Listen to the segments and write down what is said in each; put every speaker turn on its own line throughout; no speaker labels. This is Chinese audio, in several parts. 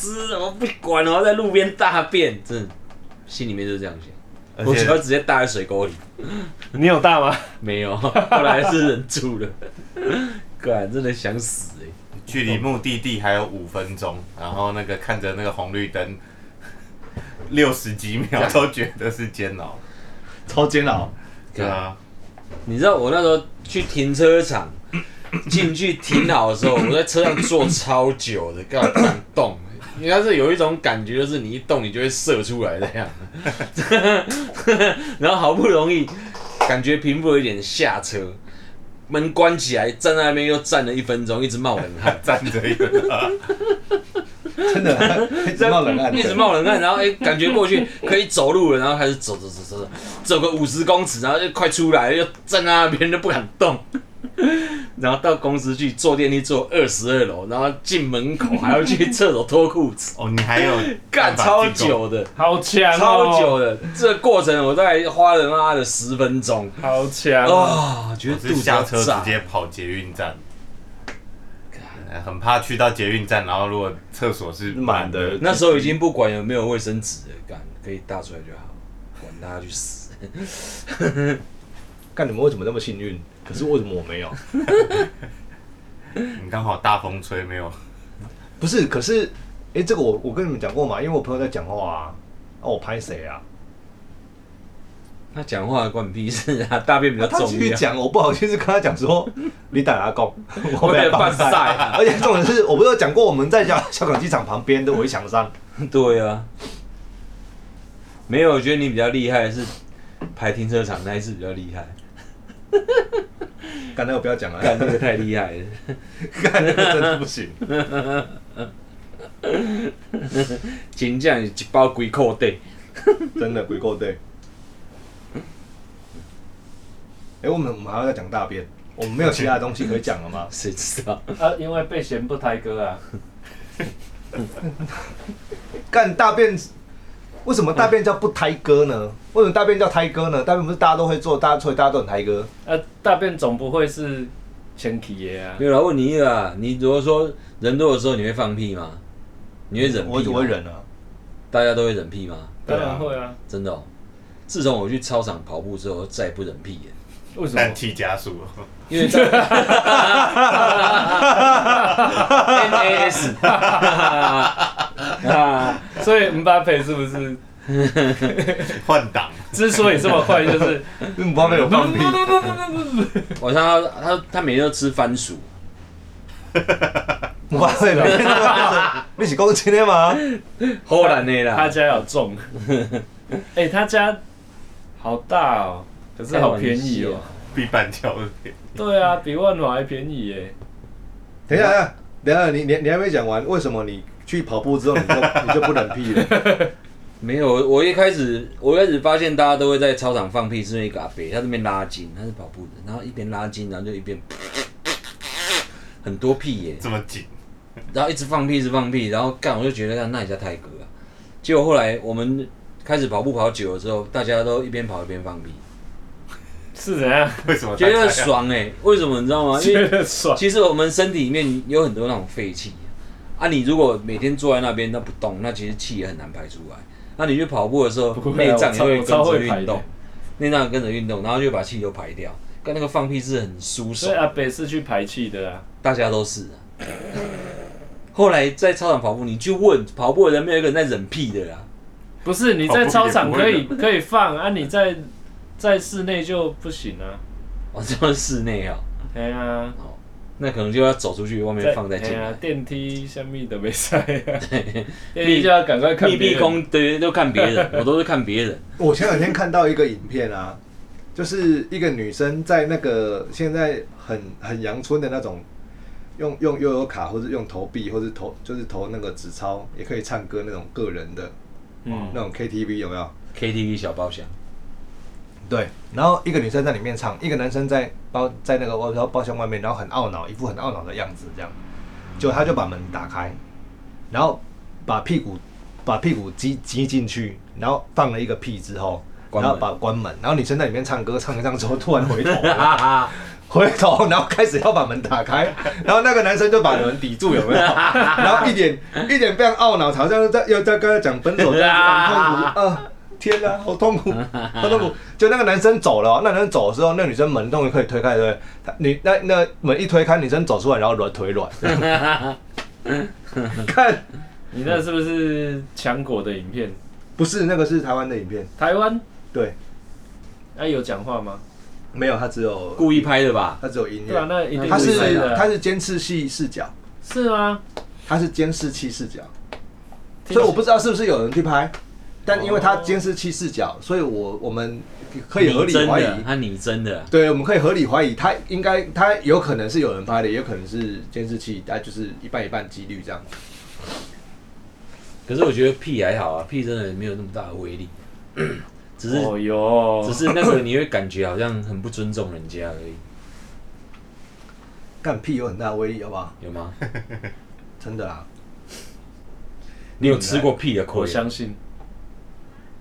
湿，我不管，然后在路边大便，真的，心里面就是这样想，
而
我只要
且
直接大在水沟里，
你有大吗？
没有， 后来是忍住了， 干，真的想死哎、
距离目的地还有五分钟，然后那个看着那个红绿灯，六十几秒都觉得是煎 熬。
超煎熬，
对啊，，
你知道我那时候去停车场进去停好的时候，我在车上坐超久的，干嘛不敢动？因为它是有一种感觉，就是你一动你就会射出来这样。 然后好不容易感觉平复了一点下车，门关起来，站在那边又站了一分钟，一直冒冷汗
站着一个，，
真的，一直冒冷汗，
一直冒冷汗，然后哎、感觉过去可以走路了，然后开始走走走走走，走个五十公尺，然后就快出来，又站在那边就不敢动。然后到公司去坐电梯，坐二十二楼，然后进门口还要去厕所脱裤子
哦，你还有
干
办法
超
进攻，
久的，
好强哦，
超久的。这个过程我大概花了妈的十分钟
好强哦，
啊，觉得
我
肚
是
子
下
要
车
炸
直。接跑捷运站。呃很怕去到捷运站，然后如果厕所是满的，
那时候已经不管有没有卫生纸了，干可以大出来就好，管他去死。
干你们为什么那么幸运？可是为什么我 没有？
你刚好大风吹没有？
不是，可是，哎、这个我我跟你们讲过嘛，因为我朋友在讲话啊，啊，我拍谁啊？
他讲话关你屁事啊，大便比较
他
重
继续
要。
讲，我不好意思跟他 讲说，你打阿公，我
没
没
有
有
办
办
赛
赛
啊
啊。而且重点是，我不是有讲过我们在小小港机场旁边的围 墙上，
对啊，没有，我觉得你比较厉害的是排停车场那一次比较厉害，
刚才我不要讲了，
干那个太厉害了，
干那个真的不行。
金匠一包龟扣对，？
真的鬼够对。哎、我们我们还要再讲大便，我们没有其他东西可以讲了吗
谁知道？
啊，因为被嫌不抬哥啊，
干大便，为什么大便叫不胎哥呢？为什么大便叫胎哥呢？大便不是大家都会做，大家所以大家都很胎哥。
啊，大便总不会是前提爷啊
没，有啦，问你一个啊，你如果说人多的时候你会放屁吗？你会忍屁吗
我我会，忍啊，
大家都会忍屁吗？
当然会啊，
真的哦。自从我去操场跑步之后，我再也不忍屁眼，
为什
氮
么？
气加速，
因 为在 NAS 啊，
所以姆巴佩是不是
换挡，
之所以这么快，就是
因为我没有放屁。
我看到他他每天都吃番薯，
我发现每天都会变成你是公今天吗？
荷兰的啦，
他家有 种，哎，他家好大哦，可是好便宜
开玩
哦
笑。
比板桥的便宜
对啊，比万华还便宜耶！
等一下，等一下，等一下，你你你还没讲完，为什么你去跑步之后你就你就不忍屁了？
没有，我一开始我一开始发现大家都会在操场放屁，是因为一个阿伯，他这边拉筋，他是跑步的，然后一边拉筋，然后就一边很多屁耶、
这么紧，
然后一直放屁，一直放屁，然后干，我就觉得干那也叫泰哥啊。结果后来我们开始跑步跑久了之后，大家都一边跑一边放屁，
是怎样？
为什么大
觉
家要
得爽哎、为什么你知道吗？因
觉
为
得 爽，
其实我们身体里面有很多那种废气啊，你如果每天坐在那边那不动，那其实气也很难排出来。那你去跑步的时候
不，会啊
内脏也会
我
跟
超我超
着
会排
运动
的，
内脏跟着运动，然后就把气都排掉。跟那个放屁是很舒
所以
爽，
阿北是去排气的啊。
大家都是啊、后来在操场跑步，你去问跑步的人，没有一个人在忍屁的啦。
不是你在操场
跑步
可
也
以
不
可以放啊，你在在室内就不行啊。
哦，这样室内啊、
哎呀，
哦，那可能就要走出去，外面放再进
哎呀
来。
电梯下面都没塞 啊，电梯就要赶快看
密
别
闭
人。
空对，都看别人，我都是看别人。
我前两天看到一个影片啊，就是一个女生在那个现在很很阳春的那种，用用悠游卡或者用投币或者投就是投那个纸钞，也可以唱歌那种个人的
嗯，
那种 KTV 有没有？
KTV 小包厢，
对，然后一个女生在里面唱，一个男生在包在那个包包包厢外面，然后很懊恼，一副很懊恼的样子，这样，就他就把门打开，然后把屁股把屁股挤挤进去，然后放了一个屁之后，
关
然
门
后把关门，然后女生在里面唱歌，唱一唱之后突然回头，
哈哈，
回头，然后开始要把门打开，然后那个男生就把门抵住，有没有？然后一点一点非常懊恼，好像在又在跟他讲分手这样子，很痛苦啊。天啊，好痛苦，好痛苦！就那个男生走了哦，那男生走的时候，那女生门终于可以推开，对不对？他你那那门一推开，女生走出来，然后软腿软，看
你那是不是强果的影片？
不是那个是台湾的影片，
台湾
对，
那有讲话吗？
没有，他只有
故意拍的吧？
他只有音
对啊，
乐，
那一定
他
是
是
的啊。
他是监视器视角，
是吗？
他是监视器视角，所以我不知道是不是有人去拍，但因为他监视器视角，所以我我们可以合理
拟
怀
真的
疑，
他拟真的，
对，我们可以合理怀疑，他应该他有可能是有人拍的，也有可能是监视器，他就是一半一半几率这样。
可是我觉得屁还好啊，屁真的没有那么大的威力， 只是、
哦哟，
啊
只是那个你会感觉好像很不尊重人家而已，
干屁有很大的威力，好不好？
有 吗？
真的啊啦，
你有吃过屁的
我
亏啊
相信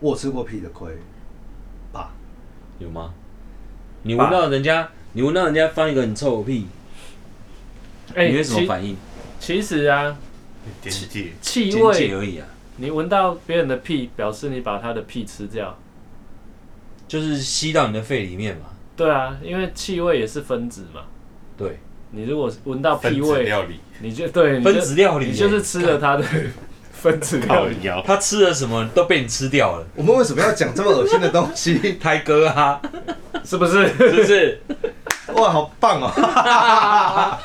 我有吃过屁的亏，吧？
有吗？你闻到人家，你闻到人家放一个很臭的屁，
哎
你会什么
其
反应？
其实啊，
边界
气
边界
味，
而已啊，
你闻到别人的屁，表示你把他的屁吃掉。
就是吸到你的肺里面嘛。
对啊，因为气味也是分子嘛。
对，
你如果闻到屁
分子
味，
料理，
你就对你就
分子料理耶
你就是吃了他的 分子料
靠
理。
腰，
他吃了什么都被你吃掉了，
我们为什么要讲这么恶心的东 西？
胎哥 啊，
是不是？
是不是？
哇，好棒哦！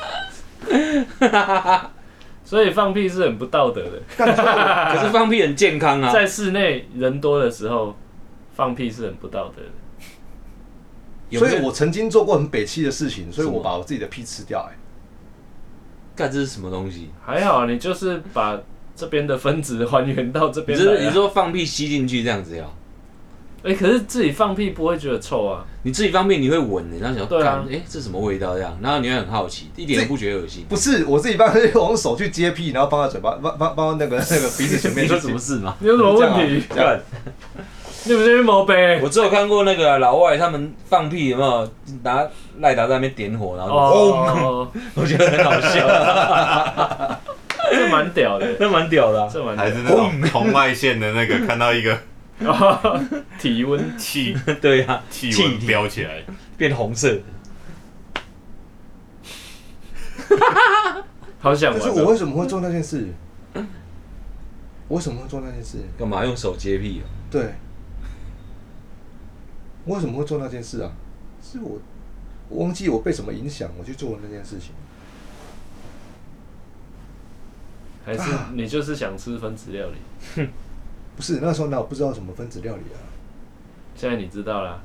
所以放屁是很不道德的，
可是放屁很健康啊。
啊在室内人多的时候放屁是很不道德的。
有
所
没有
以我曾经做过很北气的事情，所以
什
我
么
把我自己的屁吃掉、哎，
干这是什么东西？
还好啊你就是把这边的分子还原到这
你
边来、
是
啊。
你说放屁吸进去这样子呀？
哎、可是自己放屁不会觉得臭啊？
你自己方便你会闻的，然后想说
对啊
干，哎、这什么味道这样，然后你会很好奇，一点都不觉得恶 心。
不是我自己帮我用手去接屁，然后放到嘴巴，放放放到那个那个鼻子前面
你
去
有
接。
什么事 吗？
你有什么问题？
这样啊？
你不是去摸杯？
我只有看过那个老外他们放屁有没有拿赖达在那边点火，然后、
哦，
我觉得很好笑，
这蛮屌的，
那蛮屌的啊、
这蛮屌
还是那种红外线的那个，看到一个
哦 体温
气
对啊，
气温
体
飙起来，
变红色，
好想
可
玩
是
哦。
我为什么会做那件事？我为什么会做那件事？
干嘛用手接屁、啊？
对，我为什么会做那件事啊？是我我忘记我被什么影响，我去做那件事情。
还是你就是想吃分子料理？
不是那时候哪有不知道什么分子料理啊？
现在你知道啦。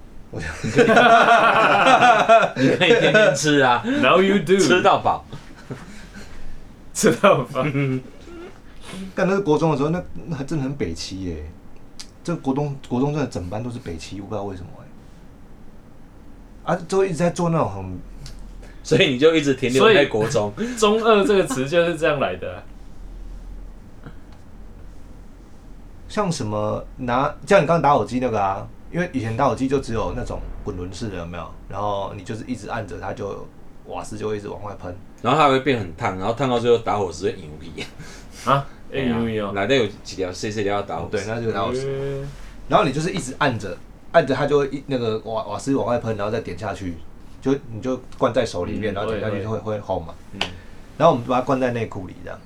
你可以天天吃啊，
Now you do，
吃到饱。
知道吧？
但那是国中的时候，那那还真的很北齐耶、这国中国中真的整班都是北齐，我不知道为什么哎、啊，就一直在做那种很
所以你就一直停留
所以
在国中，
中二这个词就是这样来的啊、
像什么拿，像你刚刚打火机那个啊，因为以前打火机就只有那种滚轮式的，有没有？然后你就是一直按着它就瓦斯就会一直往外喷。
然后它会变很烫，然后烫到最后打火石会牛皮。
啊，哎呦呦，
哪天有几条碎碎条要打
哦
火石？
对，那就是打火机。
呃
然后你就是一直按着，按着它就会一那个瓦瓦斯往外喷，然后再点下去，就你就灌在手里
嗯
面，然后点下去
会
就会会红嘛。
嗯
然后我们就把它灌在内裤里，这样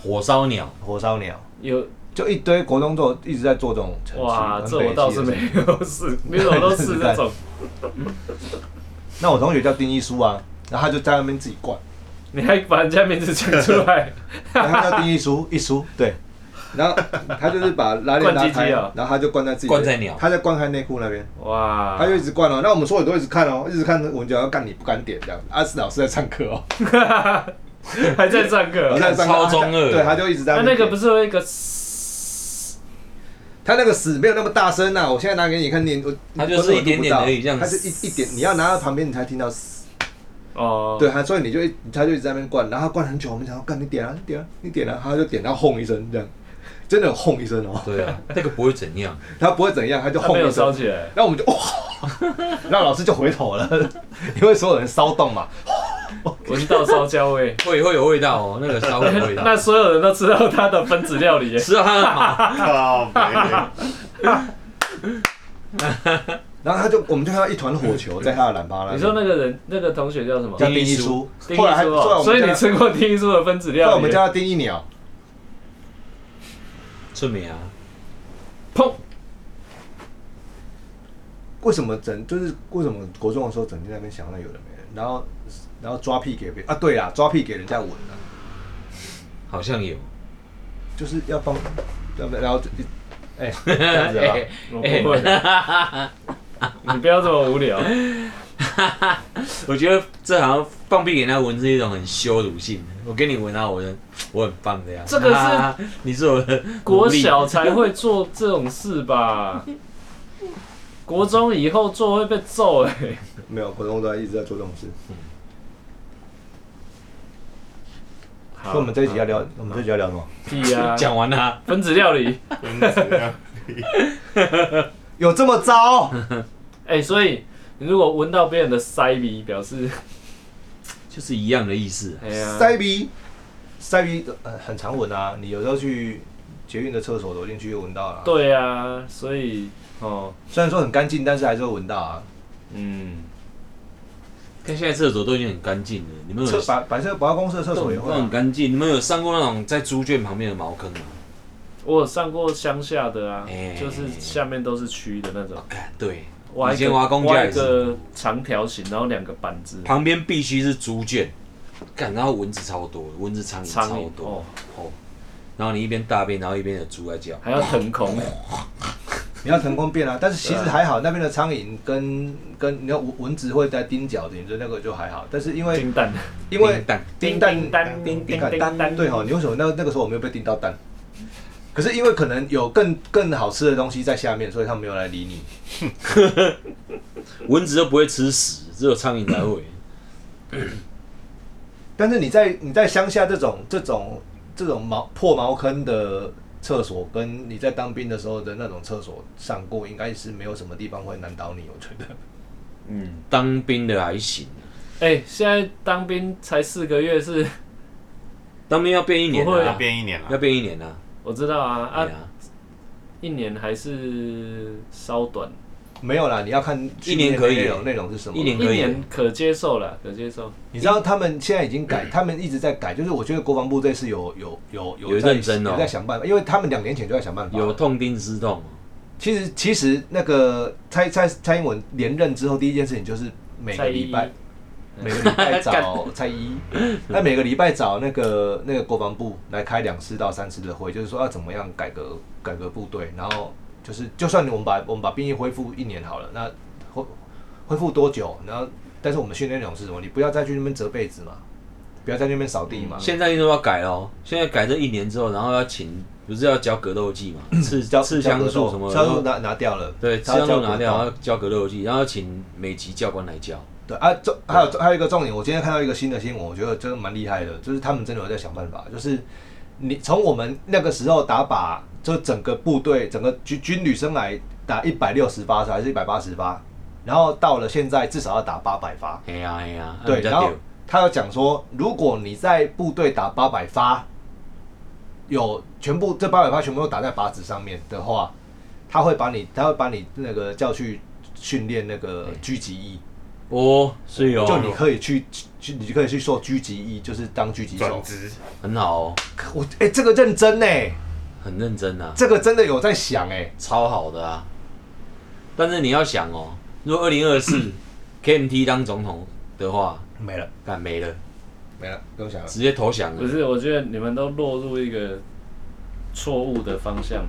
火烧鸟，
火烧鸟。
有
就一堆国中做一直在做这种程序，
哇，
很
这
北
我倒
齐
是
的
没
事情。
有 试，没有我都试这种。
那我同学叫丁一书啊，然后他就在那边自己灌，
你还把人家名字讲出 来，
然后他叫丁一书，一书对，然后他就是把拉链拉
灌鸡
开，
鸡啊
然后他就灌在自己的
灌在鸟
他在灌开内裤那边，
哇！
他就一直灌哦。那我们所有人都一直看哦，一直看，我们就要干你不敢点这样。阿、啊、是老师在上课哦，
还在上课
老师，在上课
超中二
对，他就一直在
那
边
那个不
点
是有一个
他那个屎没有那么大声呐、我现在拿给你看，你我
他就是一点点而已这样
他就一一点，你要拿到旁边你才听到嘶。
哦，
对，，他所以你就一他就一直在那边灌，然后他灌很久，我们想要干你点啊，你点啊，你点啊，他就点到轰一声这样，真的有轰一声哦，
对啊，那个不会怎样。
他不会怎样，他就
他
轰
没有
一声
烧，起来，
然后我们就哇，那老师就回头了，因为所有人骚动嘛。
闻到烧焦 味。
会会有味道哦，那个稍微有味道啊
那。所有人都知道它的分子料理耶，
吃到它的毛，
靠北，
然后他就我们就看到一团火球在他的懒趴那边。
你说那个人那个同学叫什么？
叫
丁
丁
一
一
书
书，
丁
后来
一
还
书
后来
哦，
我
所以你
们叫他
吃过丁一书的分子
后来
料
我们
理
叫
耶？
他丁一鸟，
村民啊，
砰！
为什么整就是为什么国中的时候整天在那边想那有的没的，然后然后抓屁给别啊对啊抓屁给人家闻啊，
好像有。
就是要帮，要不然后就哎、这样子啊，
我不会，你不要这哎 么无聊。
我觉得这好像放屁给人家闻是一种很羞辱性的。我给你闻啊，我很我很棒这样。
这个是啊
哈哈哈你是我的
国
奴隶
小才会做这种事 吧？国中以后做会被揍哎、
没有国中都在一直在做这种事，
好
所以我们这一集要
啊
聊，我们这一集要聊什么？
屁啊！
讲完啦，
分子料理，
真的
有这么糟？
哎、所以你如果闻到别人的塞鼻，表 示
就是一样的意思。
哎呀，
塞鼻，塞鼻呃很常闻啊，你有时候去捷运的厕所走进去就闻到了、，
对啊，所以哦，
虽然说很干净，但是还是会闻到啊。
嗯，
看现在厕所都已经很干净了，你们有
厕啊百百色百货公司的厕所也
都
会、
很
嗯
啊，
干净？你们有上过那种在猪圈旁边的茅坑吗？
我有上过乡下的啊，
哎
就是下面都是蛆的那种，
看，对，
挖
以
一
前
个
挖公家
挖
也
一
是，
个长条形，然后两个板子，
旁边必须是猪圈，看，然后蚊子超多，蚊子苍蝇
苍
超
蝇
多。
哦，
哦，然后你一边大便，然后一边有猪在叫，
还要 腾空，
你要腾空变啊。但是其实还好，那边的苍蝇跟跟你要蚊蚊子会在叮脚的，你说那个就还好。但是因为
金蛋，
因为
叮当
叮
叮蛋
当
叮
叮
蛋
叮当
对哈，你为什么那那个时候我没有被叮到蛋？可是因为可能有更更好吃的东西在下面，所以他没有来理你。
蚊子都不会吃屎，只有苍蝇才会。
但是你在你在乡下这种这种这种茅破茅坑的厕所，跟你在当兵的时候的那种厕所上过，应该是没有什么地方会难倒你，我觉得。
嗯。
当兵的还行，
哎、现在当兵才四个月是，
当兵要变一年
不会
要
啊，
变一年
要
了，
变一年啊，
我知道啊
对
啊，
啊，
一年还是稍短，
没有啦，你要看
一年可以
内容内容是什么。
一年
一
可以
年可接受了，可接受。
你知道他们现在已经改，他们一直在改，就是我觉得国防部这次有有有
有
在
认真哦
有在想办法，因为他们两年前就在想办法。
有痛定思痛。
其实其实那个蔡蔡蔡英文连任之后，第一件事情就是每个礼拜每个礼拜找蔡依，那每个礼拜找那个那个国防部来开两次到三次的会，就是说要怎么样改革改革部队，然后就是就算我们把我们把兵役恢复一年好了，那恢恢复多久？然后但是我们训练内容是什么？你不要再去那边折被子嘛，不要在那边扫地嘛，
现在又要改咯，现在改这一年之后，然后要请，不是要交格斗技 嘛，刺
交
刺枪术什么
交枪术
的，
拿拿掉了，
对，刺
他
枪
要交
术
格
拿掉，
斗
然后交格斗技，然后请美籍教官来教。
对啊，重还有还有一个重点，我今天看到一个新的新闻，我觉得真的蛮厉害的，就是他们真的有在想办法，就是你从我们那个时候打靶，就整个部队整个军军旅生来打一百六十发还是一百八十发，然后到了现在至少要打八百发，
哎呀哎呀，啊
对，
比较
然后
丢
他有讲说，如果你在部队打八百发，有全部这八百发全部都打在靶子上面的话，他会把你他会把你那个叫去训练那个狙击役。
哦，是
就
哦，
你可以去去，你可以去做狙击一，就是当狙击手
转。职
很好哦，
我哎、这个认真呢、
很认真啊，
这个真的有在想哎、
超好的啊。但是你要想哦，如果二零二 四 KMT 当总统的话，
没了
干没了，
没了，不用想了。
直接投降
啊不
了。
是，我觉得你们都落入一个错误的方向了。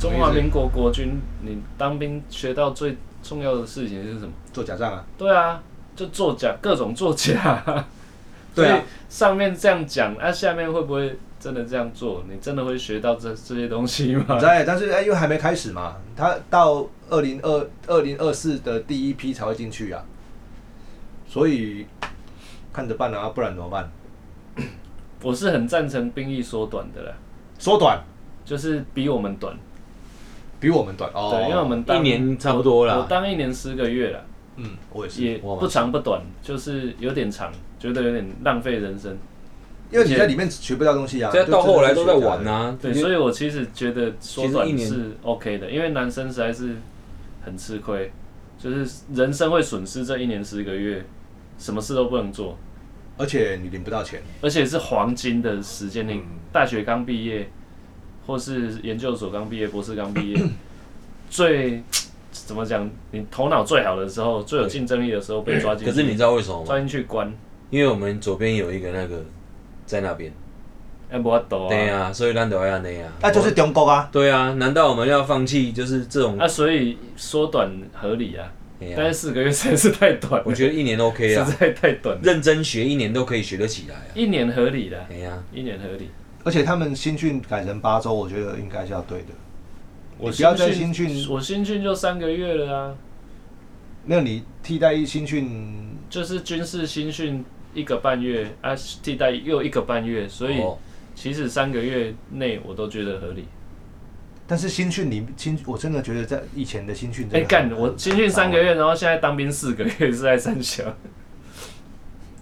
中华民国国军，你当兵学到最重要的事情是什么？
做假账啊？
对啊，就作假，各种作假。所
对啊
以上面这样讲，那、下面会不会真的这样做？你真的会学到这这些东西吗？
对，但是哎、因为还没开始嘛，他到二零二二零二四的第一批才会进去啊，所以看着办啊，不然怎么办？
我是很赞成兵役缩短的啦，
缩短，
就是比我们短。
比我们短哦。
对，因为我们
一
当
年差不多
我
啦。
当一年十个月了，
嗯，我也是，
也
哇
不长不短，就是有点长，觉得有点浪费人生。
因为你在里面学不到东西啊。
现在
就
到
真的
后来
是
都
学
在
家
玩
的。
啊，
对，
因为
所以我其实觉得缩
其
短
实一
是 OK 的，因为男生实在是很吃亏，就是人生会损失这一年十个月，什么事都不能做，
而且你领不到钱，
而且是黄金的时
嗯
间点，大学刚毕业，或是研究所刚毕业、博士刚毕业， 最怎么讲？你头脑最好的时候，最有竞争力的时候被抓进去，
可是你知道为什么吗？
抓进去关，
因为我们左边有一个那个在那边，
哎，不要抖
对
啊！
啊，所以咱就要那样。
那就是中国啊。
对啊，难道我们要放弃就是这种？
啊，所以缩短合理啊，
哎呀
但是四个月实在是太短了，
我觉得一年 OK 啊
实，在太短了，
认真学一年都可以学得起来啊。
一年合理的，
哎呀，
一年合理。
而且他们新训改成八周，我觉得应该是要对的。
我
你不要再新训
我新训就三个月了啊，
那你替代役新训，
就是军事新训一个半月啊，替代又一个半月，所以
哦
其实三个月内我都觉得合理。
但是新训你新，我真的觉得在以前的新训真的
哎、
啊很，
干，我新训三个月，然后现在当兵四个月，是在三小。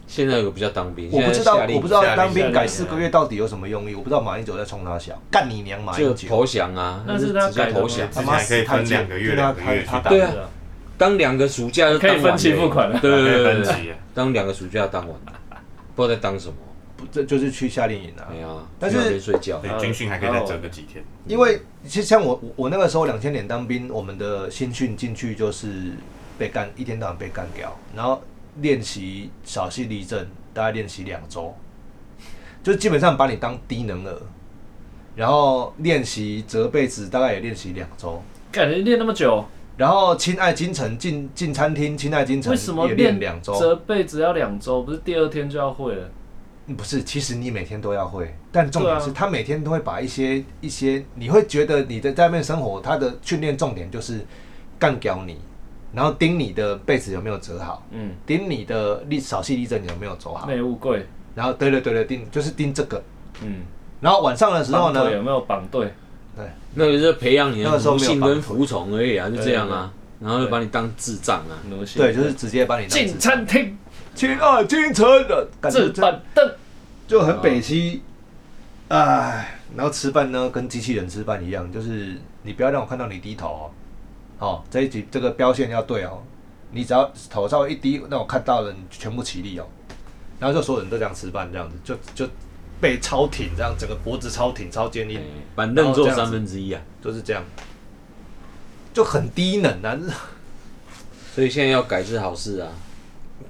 现在有个不叫当兵，
我不知道，
现在夏令
我不知道
夏令
当
夏
兵
令
改四个月到底有什么用意？我不知道马英九在冲他笑，干你娘马
就
英九！
投降啊，
那是他
直接
改的吗
投降。
之前还可以分两个月、两个月去打，
对啊，当两个暑假就当完了
可以分期付款了
对
可
对
以
对
分
对对，
级啊。
当两个暑假当完了，不知道在当什么。
不这就是去夏令营啊
哎。呀，
但是
去那边睡觉，
对，军训还可以再折个几天。
因为其实像我，我我那个时候两千年当兵，我们的新训进去就是被干，一天到晚被干掉，然后练习扫系立正，大概练习两周，就基本上把你当低能儿，然后练习折被子，大概也练习两周，
感觉练那么久，
然后亲爱京城进进餐厅，亲爱京城
为什么
也练
练
两
折
周？
被只要两周，不是第二天就要会了？
不是，其实你每天都要会，但重点是
对啊
他每天都会把一些一些，你会觉得你的在外面生活，他的训练重点就是干掉你，然后盯你的被子有没有折好，
嗯，
盯你的立扫细立正有没有走好，
内务柜，
然后对对对对盯就是盯这个，
嗯，
然后晚上的时候
绑
呢
队，有没有绑队？
对，
那个就是培养你
那个
的
时候
奴
没有
性
绑
跟
腿
服从而已啊，就这样啊，然后就把你当智障啊。
奴性
对，就是直接把你当
进餐厅
亲爱京城啊的，感觉
置
真的
板凳，
就很北西，唉，然后吃饭呢，跟机器人吃饭一样，就是你不要让我看到你低头哦，哦，这一集这个标线要对哦，你只要头稍微一低，让我看到了，你全部起立哦，然后就所有人都这样吃饭，这样子就就背超挺，这样整个脖子超挺超坚硬，
哎板凳坐
然后哦这样
三
子
分之一啊，
就是这样，就很低能啊！
所以现在要改是好事啊，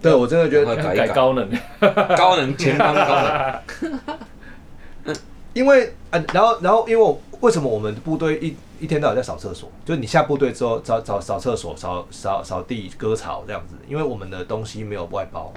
对我真的觉
然后
得，
改一
改高能。
高能前方高 能，
因为啊，然后然后因为我为什么我们部队一一天到晚在扫厕所？就是你下部队之后扫扫扫厕所、扫扫扫地、割草这样子，因为我们的东西没有外包，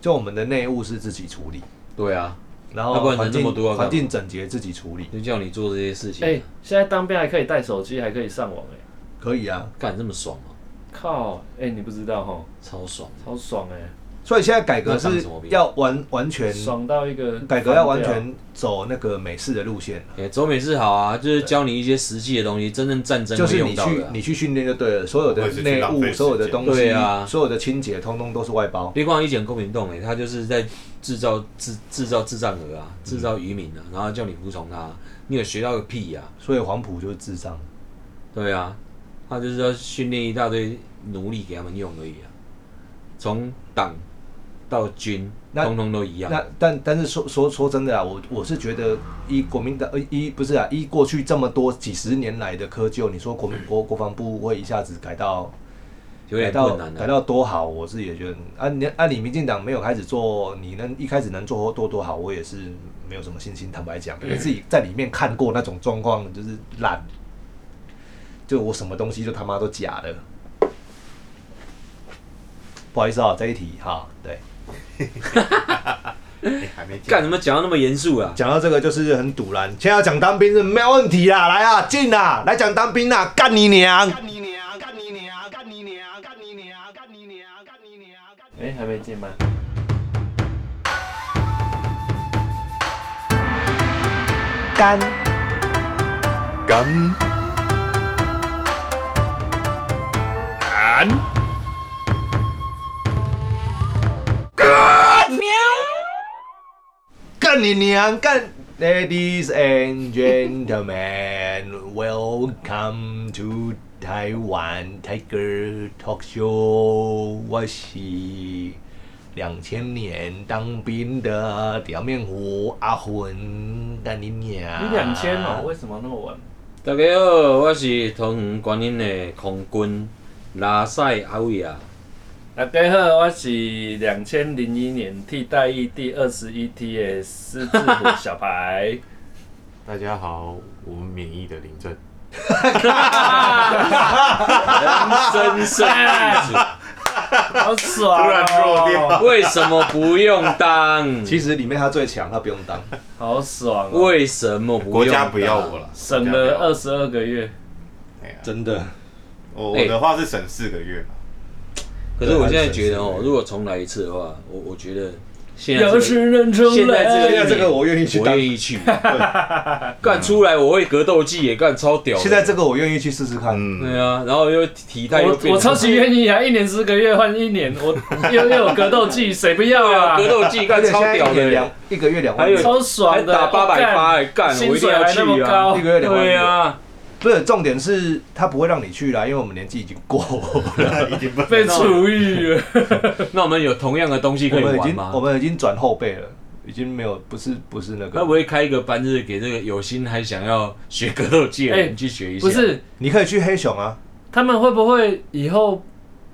就我们的内务是自己处理，
对啊，
然
要不
后
然
环
人这么
境
多要干嘛
环境整洁自己处理，
就叫你做这些事情
哎
啊，，
现在当兵还可以带手机，还可以上网，哎，
可以啊。
干这么爽啊，
靠，哎，你不知道哈，
超爽。
超爽哎，
所以现在改革
那当
是
什么兵
要完完全
爽到一个
改革要完
翻
全走那个美式的路线了
哎，走美是好啊，就是教你一掉一些实际的东西，真正战争
就是
会
你
用到
去
的啊。
你去训练就对了，所有的
或者是去
内
浪费
务、
时
所有的
间
东西
对啊、
所有的清洁，通通都是外包。
别光一剪公平洞哎，他就是在制造制制造智障儿啊，制造渔民啊，然后叫你服从他，啊你有学到个屁呀、
所以黄埔就是智障。
对啊，他就是要训练一大堆奴隶给他们用而已啊，从党到军，
那
通通都一样。
那但但是说说说真的啊，我我是觉得依国民党呃依不是啊，依过去这么多几十年来的窠臼，你说国民国国防部会一下子改到
有点
改到
困难
改
的、啊。
到多好，我是也觉得啊你啊你民进党没有开始做，你能一开始能做多多好，我也是没有什么信心。坦白讲，你自
嗯
己在里面看过那种状况，就是烂，就我什么东西就他妈都假的。不好意思啊，这一题哈，对。
哎还没
干
讲，
什么讲到那么严肃啊？
讲到这个就是很堵然，现在要讲当兵是没有问题啦，来啊，进啊，来讲当兵啊，干你娘！
干你娘！干你娘！干你娘！干你娘！干你娘！干你娘！干你娘！
掉，哎，还没进吗？
干
干
敢！
干你娘！干！Ladies and gentlemen, welcome to 台湾 Tiger Talk Show。我是两千年当兵的表面虎阿混，干你娘！嗯
你两千哦，为什么那么晚？
大家好，我是桃园观音的空军拉塞阿伟 啊。
大家好，我是两千零一年替代役第二十一梯的狮子虎小 白。
大家好，我们免疫的林正。
真是
好爽、哦！
突然弱掉
为什么不用当？
其实里面他最强，他不用当。
好爽、哦！
为什么不用当
国家不要我？了，
省了二十二个月，
哎呀
真的，
我我的话是省四个月嘛。
可是我现在觉得哦，如果重来一次的话，我我觉得现在、这
要
个、
是认出来，
现在这个
现在这个我愿意去
我
当
愿。意去，干出来我会格斗技也干超屌的。
现在这个我愿意去试试看。
对
嗯，
啊，然后又体态又
我
变
我超
成
级愿意啊！一年十个月换一年， 我又又有格斗技，谁不要 啊？
格斗技
而
干
且现
超
在
屌的
一年
耶
两，一个月两
还
万
有
六，
超爽
还
的，哦
打八百八，哎，干我
薪
一定
水
要
还那
去
么
啊！
高，
一个月两万六
对啊，
不是重点是他不会让你去啦，因为我们年纪已经过了，
已经不
被处遇了。
那我们有同样的东西
我
可以
们已
玩
经
吗？
我们已经转后辈了，已经没有不是不是那
该
个
不，会开一个班日给这个有心还想要学格斗技的
哎
人去 学一下？
不，是
你可以去黑熊啊，
他们会不会以后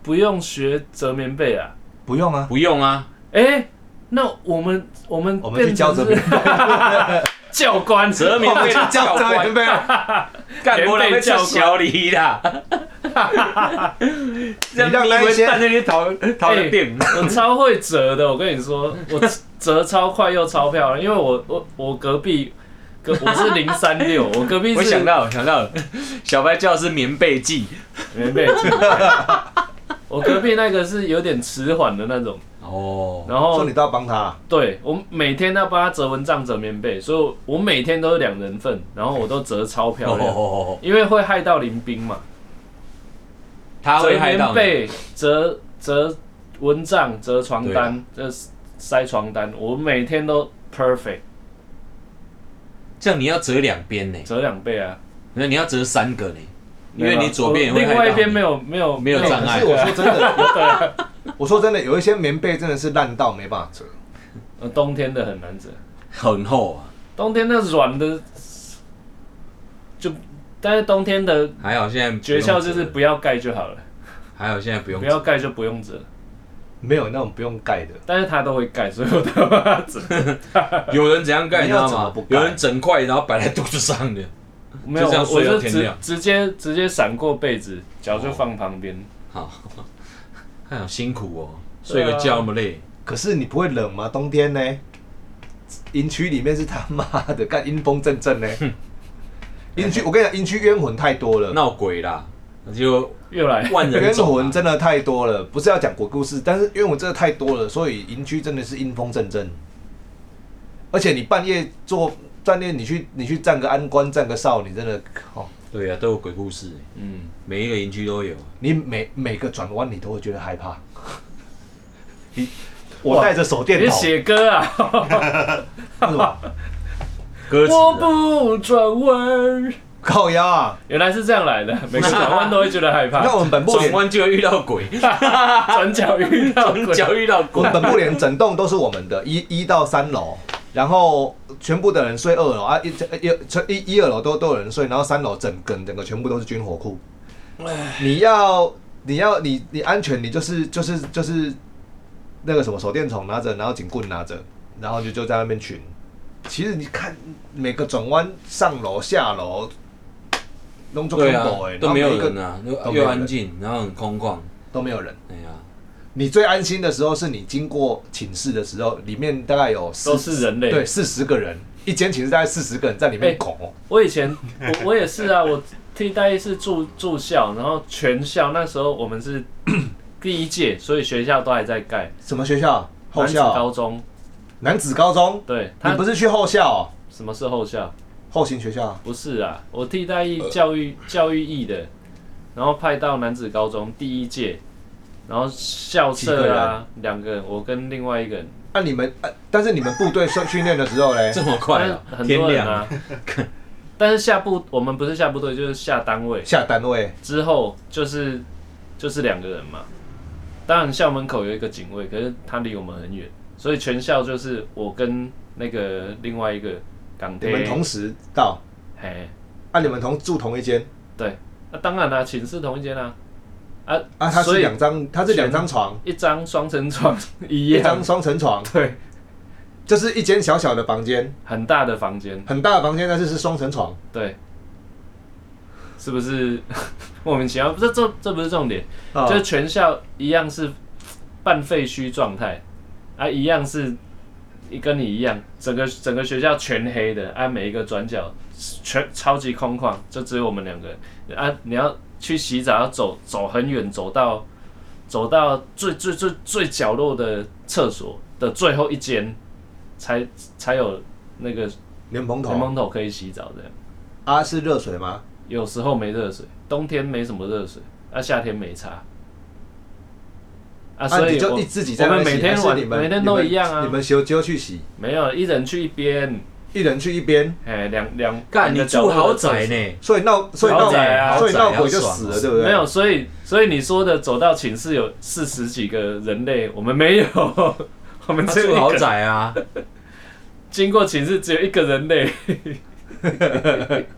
不用学折棉被啊？
不用啊，
不用啊，
哎、那我们我们
我们去
变
教
成
折
是
棉
教官
折棉被
去教
教
折
官
棉被 啊，
干
免
我
被
来叫
教官
小李 啦！你
你让那一些
在那里讨讨
哎
论电影，
我超会折的，我跟你说，我折超快又超漂亮，因为我我我隔壁隔我是零三六， 我隔壁
我
是
想到我想到了，小白叫的是棉被技
棉被， 我隔壁那个是有点迟缓的那种，
哦，
然
说
后
你都要帮他啊，
对我每天都要帮他折蚊帐、折棉被，所以我每天都是两人份，然后我都折超漂亮，
哦，
因为会害到林兵嘛，
他
折
会害到
棉
你，
被、折折蚊帐、折床
对
单
啊、
这塞床单，我每天都 perfect
这样你要折两边呢，
折两倍啊。
那你要折三个呢，因
没
为
有啊
你左边也
我
会害
另
到
外一边
你
没有没有
没有障碍
可是我说真 的，
啊
我说真的，有一些棉被真的是烂到没办法折，
呃冬天的很难折，
很厚啊，
冬天那软的就，但是冬天的
还好现在不
诀
用
窍就
折
是不要盖就好了，
还好现在不用
不
折
要盖就不用折，
没有那种不用盖的，
但是他都会盖，所以我都把它 折。
有人怎样盖，
你
你知
要
道
怎么
吗
不？盖
有人整块然后摆在肚子上的，
没有，
就这样
我
睡到
就
天
直
亮
直接直接闪过被子，脚就放旁边。
好，哎呀辛苦哦，睡个觉那么累，
可是你不会冷吗？冬天呢，营区里面是他妈的干阴风阵阵呢，营区我跟你讲，营区冤魂太多
啊
了。
闹鬼啦，那就
又来，
万人
冤
走啊
魂真的太多了，不是要讲鬼故事，但是冤魂真的太多了，所以营区真的是阴风阵阵。而且你半夜做半夜你去你去站个安官站个哨，你真的哦，
对啊，都有鬼故事，
嗯，
每一个营区都有。
你每每个转弯你都会觉得害怕。你
哇
我带着手电
别
筒，
写歌啊！
是吧？
歌词
我
啊
不转弯，
靠 腰啊！
原来是这样来 的，每个转弯都会觉得害
你看
怕，
我们本部
转
连
弯就会遇到鬼，
转角遇到鬼
转。
啊
角遇到
我
鬼
们。本部连整栋都是我们的，一一到三楼，然后全部的人睡二楼啊，一一一一二楼都都有人睡，然后三楼整个整个全部都是军火库。你要你要你你安全，你就是就是就是那个什么手电筒拿着，然后警棍拿着，然后就就在那边巡。其实你看每个转弯上楼下楼，弄作
对啊
combo 哎，，
都没有人
然后
啊，
都
又
没有
又
人
安静，然后很空旷。
每个都没有人。
哎呀，
你最安心的时候是你经过寝室的时候，里面大概有
都
四
是人类。
对四十个人，一间寝室大概四十个人在里
哎
面恐、哦，
我以前我我也是啊，我替代役是住住校，然后全校那时候我们是 第一届，所以学校都还在盖。
什么学校？后
男子
校
高
哦？
中，
男子高中？
对，他
你不是去后校哦？
什么是后校？
后勤学校？
不是啊，我替代役教育教育役的，然后派到男子高中第一届，然后校
几
舍
个
啊
人
两个人，我跟另外一个人，
那、你们，啊、但是你们部队训训练的时候嘞，
这么快啊
但是！很
天
多人
亮
啊。 但是下部我们不是下部队就是下单位，
下单位
之后就是就是两个人嘛。当然校门口有一个警卫，可是他离我们很远，所以全校就是我跟那个另外一个港
你们
铁。
同时到，
嘿，
啊，你们同住同一间，
对，那、当然啦、寝室同一间啦、啊，啊
啊，它
所
是
以
两张，它是两张床，
一张双层床一
一
样
张，双层床，
对，
就是一间小小的房间，
很大的房间，
很大的房间，但是是双层床，
对，是不是 莫名其妙？这这这不是重点，
啊
就是全校一样是半废墟状态，啊，一样是跟你一样，整个整个学校全黑的，啊，每一个转角全超级空旷，就只有我们两个人，啊，你要去洗澡要走走很远，走到走到最最最最角落的厕所的最后一间，才才有那个
莲蓬
联
头，
盟头可以洗澡这样。
啊，是热水吗？
有时候没热水，冬天没什么热水，啊，夏天没差。啊，
啊
所以
你就
我
一自己在
我
那
们
洗
每天
还是
晚
你们
每天
你
都
们
一样啊
你们修就去洗，
没有一人去一边，
一人去一边，
哎，两两
干，你
两个角
住
落
豪
的厕所
宅 呢？
所以闹，所以闹
豪宅啊，
所以闹鬼就
豪宅啊
死了，对不对？
没有，，所以所以你说的走到寝室有四十几个人类，我们没有，我们
他
只有
住
一个
豪，宅啊，
经过寝室只有一个人类，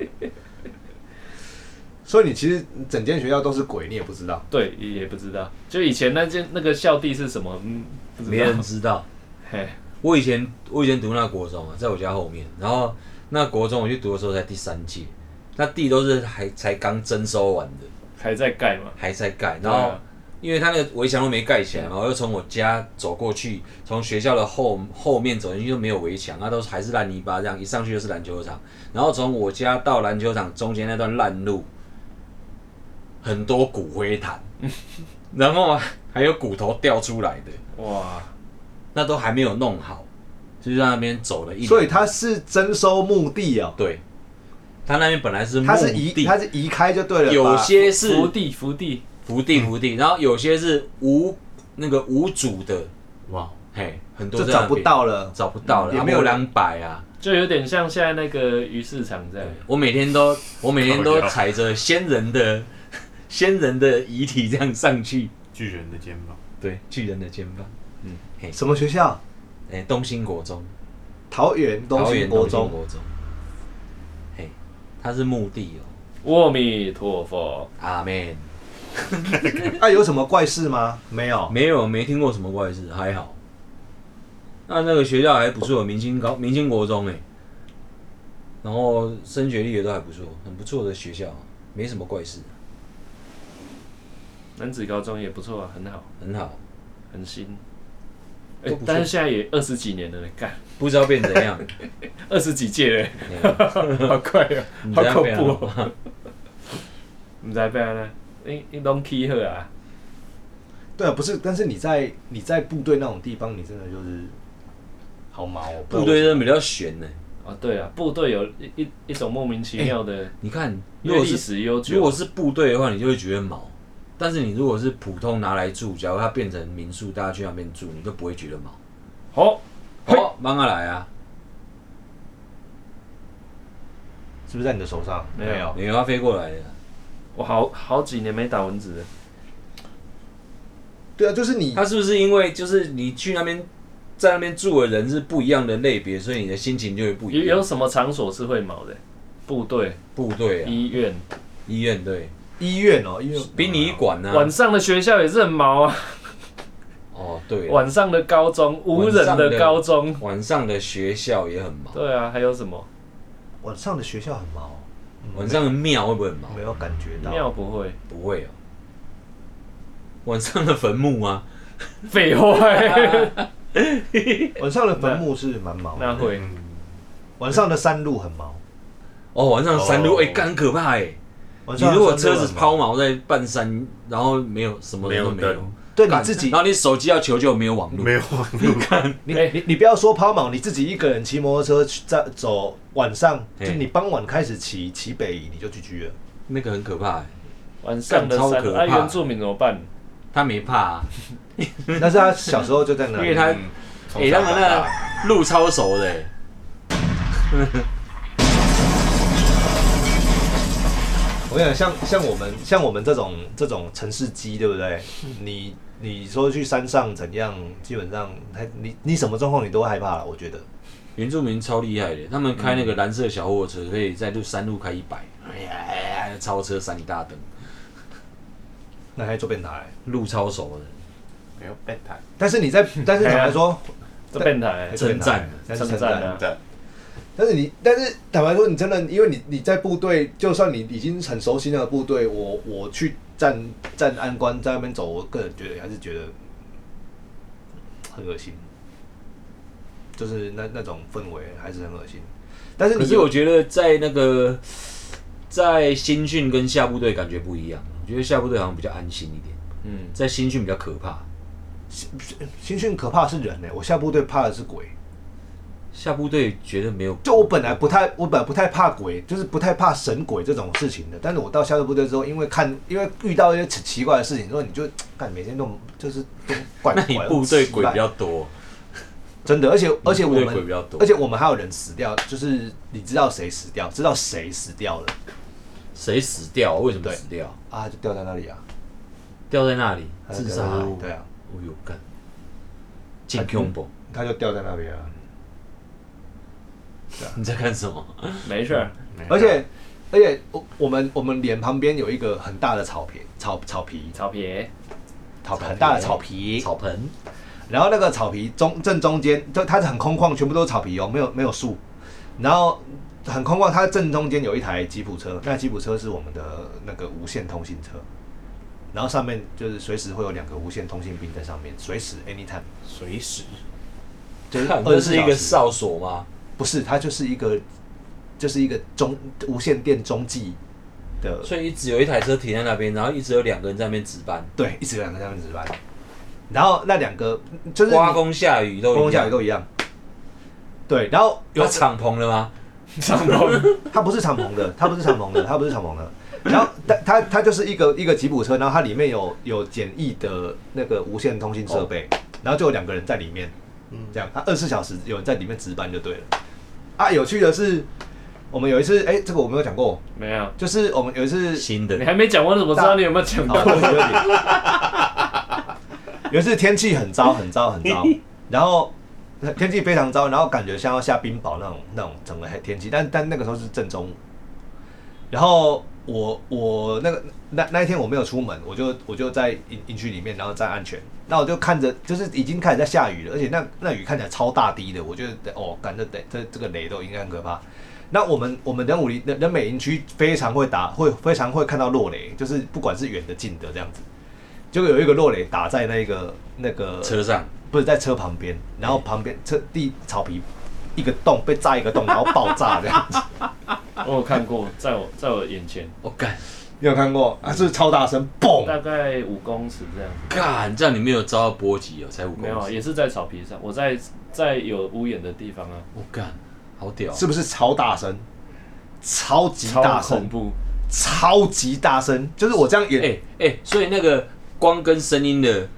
所以你其实整间学校都是鬼，你也不知道。
对，也不知道，就以前那间那个校地是什么，嗯，不知
没
道
人，知道。
嘿，
我以前我以前读那国中啊，在我家后面，然后那国中我去读的时候才第三届，那地都是还才刚征收完的，
还在盖嘛，
还在盖，
对
然
啊
后因为他那个围墙都没盖起来嘛，我就从我家走过去，从学校的后后面走进去就没有围墙，那都是还是烂泥巴，这样一上去就是篮球场，然后从我家到篮球场中间那段烂路，很多骨灰坛， 然后啊还有骨头掉出来的，
哇，
那都还没有弄好，就在那边走了一年，
所以它是征收墓地哦，
对，他那边本来是墓
它是移，
地，
它是移开就对了吧。
有些是
福地福地，
福地
嗯
福地，然后有些是无那个无主的，
哇，
嘿，很多
就
在那
找
边
不，到了，
找不到了，
也没
啊
有
没有
人
两百啊。
就有点像现在那个鱼市场这样。
我每天都我每天
靠
都
腰
踩着先人的 先人的遗体这样上去，
巨人的肩膀，
对，巨人的肩膀，嗯，嘿，
什么学校？
哎，东兴国中，
桃园东
桃
兴
园
国
东兴
中。
国中，嘿，它是墓地哦，
阿弥陀佛，
阿门。
啊，有什么怪事吗？没有。
没有，没听过什么怪事，还好。那那个学校还不错，明星高明星国中哎、然后升学率也都还不错，很不错的学校，没什么怪事，
男子高中也不错啊，很好，
很好。
很新。
都
哎
不错
但是现在也二十几年了呢，干
不知道变怎 样，
二十几届了，
哎
好快 哦、
不
好
知道
恐
变啊
怖
了
哦、唔知变啦，你你拢起好啊？
对啊，不是，但是你在你在部队那种地方，你真的就是好毛哦。
部队真的比较悬呢、欸
哦，对啊，部队有一一一种莫名其妙的，
你看，
因
哎如
为
果
历
是
史悠
如果
久，啊
是部队的话，你就会觉得毛；但是你如果是普通拿来住，假如它变成民宿，大家去那边住，你就不会觉得毛。
好，
好，慢慢来啊，
是不是在你的手上？
没有
你花飞过来的，
我好好几年没打蚊子了，
对啊，就是你
他是不是因为就是你去那边在那边住的人是不一样的类别，所以你的心情就会不
有
一
有
样？
什么场所是会毛的？部队、
部队啊，
医院，
医院对，
医院哦，医院
殡仪馆啊，
晚上的学校也是很毛啊，
哦对啊，
晚上的高中，无人
晚上
的
的
高中，
晚上的学校也很忙，
对啊，还有什么？
晚上的学校很毛哦，
晚上的庙会不会很忙
没？有感觉到。
庙不会，
不会哦，晚上的坟墓啊，
废话、
晚上的坟墓是蛮毛的，
那会
嗯，
晚上的山路很毛。
哦晚上山路，
哦
哎、干很可怕哎、
晚
你
上的
如果
山
车
路
子
很毛
抛锚在半山，然后没有什么人都没
没有
有
灯，
对你
干
自己
然后你手机要求救，没有网络，
没有网路，
你
哎
你你不要说抛锚，你自己一个人骑摩托车去在走，晚上就
嘿
你傍晚开始骑，骑北移你就 GG 了。
那个很可怕、欸。
晚上的
干超
山
可
啊，
怕
原住民怎么办？
他没怕、啊，
但是他小时候就在那
因为
里，
他，哎、
嗯
他们那个路超熟的、欸，
我想像像我们像我们这种这种城市鸡，对不对？你你说去山上怎样，基本上他你你什么状况你都会害怕了，我觉得。
原住民超厉害的，他们开那个蓝色小货车，可以在路山路开一百，哎呀哎呀哎呀，超车闪你大灯，
那还做便拿来，
路超熟的，
没有变态，
但是你在，
嗯
但是坦白说，
这变态
还
欸，
是变态
哎称赞
还是
称
称
赞
赞
啊
真的
但是你，但是坦白说，你真的，因为你你在部队，就算你已经很熟悉那个部队，我我去站站安官在那边走，我个人觉得还是觉得很恶心，就是那那种氛围还是很恶心。但是
可
你
是我觉得在那个在新训跟下部队感觉不一样，我觉得下部队好像比较安心一点，
嗯，
在新训比较可怕。
新训可怕的是人欸呢、我下部队怕的是鬼。
下部队觉得没有，
就我本来不太，我本来不太怕鬼，就是不太怕神鬼这种事情的。但是我到下个部队之后，因为看，因为遇到一些奇奇怪的事情之后，你就干每天都就是都怪
那
怪。
你部队鬼比
奇怪
较多，
真的，而且而且我
部队鬼
们
比较多
而且我们还有人死掉，就是你知道谁死掉，知道谁死掉了
谁死掉？为什么
对
死掉？
啊，就掉在那里啊，
掉在那里
他
自
就掉
杀
在那里？对啊，
我有干，真恐怖！
他就掉在那边啊。
你在干什么？
没事儿，
啊
而且而且我我们我们连旁边有一个很大的草皮，草草皮，
草皮，
草很大的草皮，
草盆，
然后那个草皮中正中间，就它是很空旷，全部都是草皮哦，没有没有树。然后很空旷，它正中间有一台吉普车，那吉普车是我们的那个无线通信车，然后上面就是随时会有两个无线通信兵在上面，随时 anytime，
随时
就是
看
二
这
十四
是一
小
个
时。
哨所吗？
不是，它就是一个就是一个中无线电中继的，
所以一直有一台车停在那边，然后一直有两个人在那边值班，
对，一直有两个在那边值班。然后那两个就是
刮风下雨都一样
公下雨都一样，对，然后
有敞篷了吗？
长头，
它不是敞篷的，它不是敞篷的，它不是敞篷的。然后它它它就是一个一个吉普车，然后它里面有有简易的那个无线通信设备，然后就有两个人在里面，这样，它二十四小时有人在里面值班就对了。啊，有趣的是，我们有一次，哎、这个我没有讲过，
没有，
就是我们有一次
新
你
的，
还没讲，我怎么知啊道你有没有讲
哦
到？
对不起对不起 有一次天气很糟，很糟，很糟，然后天气非常糟，然后感觉像要下冰雹那种那种整个黑天气，但但那个时候是正中午，然后我我那个那那一天我没有出门，我就我就在营营区里面，然后站安全，那我就看着就是已经开始在下雨了，而且那那雨看起来超大滴的，我觉得哦，感觉得这这个雷都应该很可怕。那我们我们人武林人人美营区非常会打，会非常会看到落雷，就是不管是远的近的这样子。结果有一个落雷打在那个那个
车上
不是在车旁边，然后旁边车地草皮一个洞被炸一个洞，然后爆炸这样子。
我有看过，在我在我眼前，
我干
你有看过啊？是不是超大声，嘣！
大概五公尺这样子，
干，这样你没有遭到波及哦，才五公
没有啊，
里，
也是在草皮上，我在在有屋檐的地方啊，
我干，好屌，
是不是超大声？超级
超
大
恐
声，
怖，
超级大声，就是我这样演，
哎哎，所以那个光跟声音的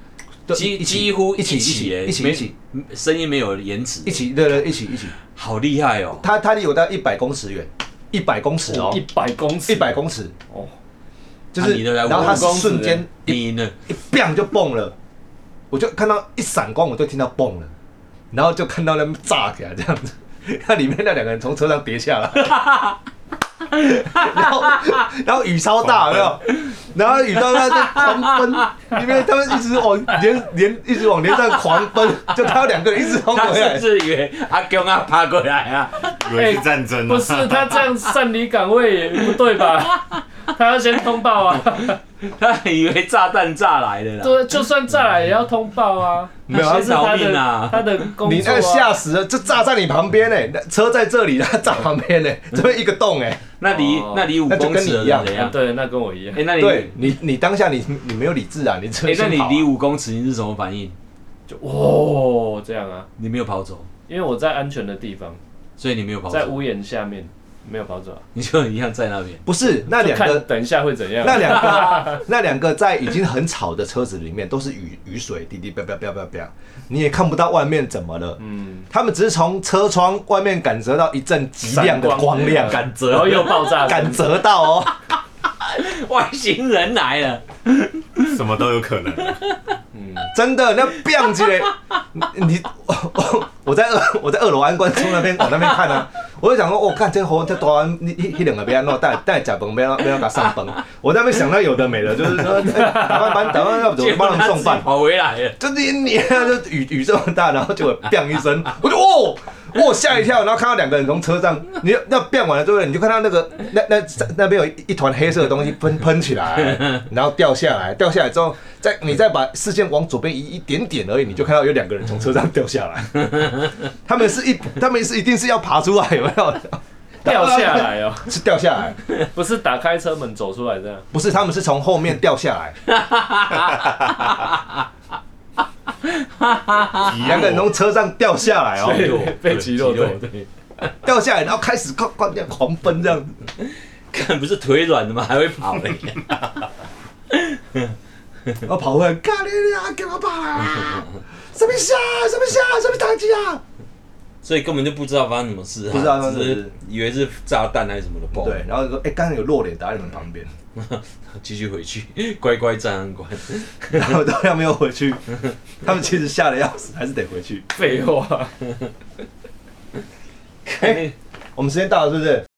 对
几
一起
几乎
一起
一起耶
一起
没
一起
声音没有延迟，
一起对对一起一起，
好厉害哦，
它它离我大概一百公尺远，一百公尺哦
一，百公尺，
一百公尺，
哦，
就
啊
是
你的来
然后它
五公
尺
瞬间一
你呢？
一 b 就蹦了，我就看到一闪光，我就听到蹦了，然后就看到那边炸起来这样子， 那里面那两个人从车上跌下来，然后 然后雨超大，有没有？然后雨到那在狂奔，里面他们一直往连连一直往连上狂奔，就看到两个人一直冲
他
回来
甚，至以为阿公啊爬过来啊，
以为是战争啊，
哎不是他这样擅离岗位也不对 吧？他要先通报啊，
他以为炸弹炸来了啦。
对，就算再来也要通报啊，
没有
这
他
是他
逃命
的、
啊
他的工
你
作
那个吓
啊。
死了，这炸在你旁边哎，那车在这里，它炸旁边哎，这边一个洞哎，
那离
哦
那离五
那就
公
跟
尺
你
的
一样
人怎
啊
样？
对，那跟我一样
哎，，那你
对你你当下你你没有理智啊，你车
哎，那
先
你
跑啊
离五公尺你是什么反应？
就哦这样啊，
你没有跑走，
因为我在安全的地方，
所以你没有跑
在
走。
屋檐下面，没有跑走啊，
你就一样在那边。
不是那
就
两个
看等一下会怎样。
那两 个那两个在已经很吵的车子里面都是雨雨水滴滴，啪啪啪啪啪，你也看不到外面怎么了。
嗯，
他们只是从车窗外面感受到一阵极亮的
闪
光亮，感
赶折
然后又爆炸，
感折到 哦。
外星人来了，
什么都有可能。
真的，那 biang 起来，你你 我我我在二我在二楼安关出那边往那 边看啊，我就想说，我、哦、看这红这多安，你一两个别安弄，带带假崩别安别安打上崩，我在那边想到有的没的，就是说、 哎打扮班打扮要怎么帮他们送饭
结果他自己，跑回来了。
就是你啊，就雨雨这么大，然后结果 biang 一声，我就哦。我吓一跳，然后看到两个人从车上，你那变完了之后，你就看到那个那那那边有一一团黑色的东西喷喷起来，然后掉下来，掉下来之后，再你再把视线往左边移一点点而已，你就看到有两个人从车上掉下来。他们是一，他们是一定是要爬出来，有没有？
掉下来哦，
是掉下来，
不是打开车门走出来这样。
不是他们是从后面掉下来，两个人从车上掉下来哦，
被击落
对
对
对，
掉下来，然后开始狂狂狂奔这样子。
看不是腿软的吗？还会跑嘞。
我跑回来，干你啊，给我跑 啊！什么虾？什么虾？什么打击啊？
所以根本就不知道发生什么事、啊，
不知道发生什么
只
事
是以为是炸弹还是什么的爆，
对，，然后就说，哎、刚刚有落脸打在你们旁边，
继续回去， 乖乖站安关。
然后他们没有回去，他们其实吓得要死，还是得回去。
废话，
哎我们时间到了，是不是？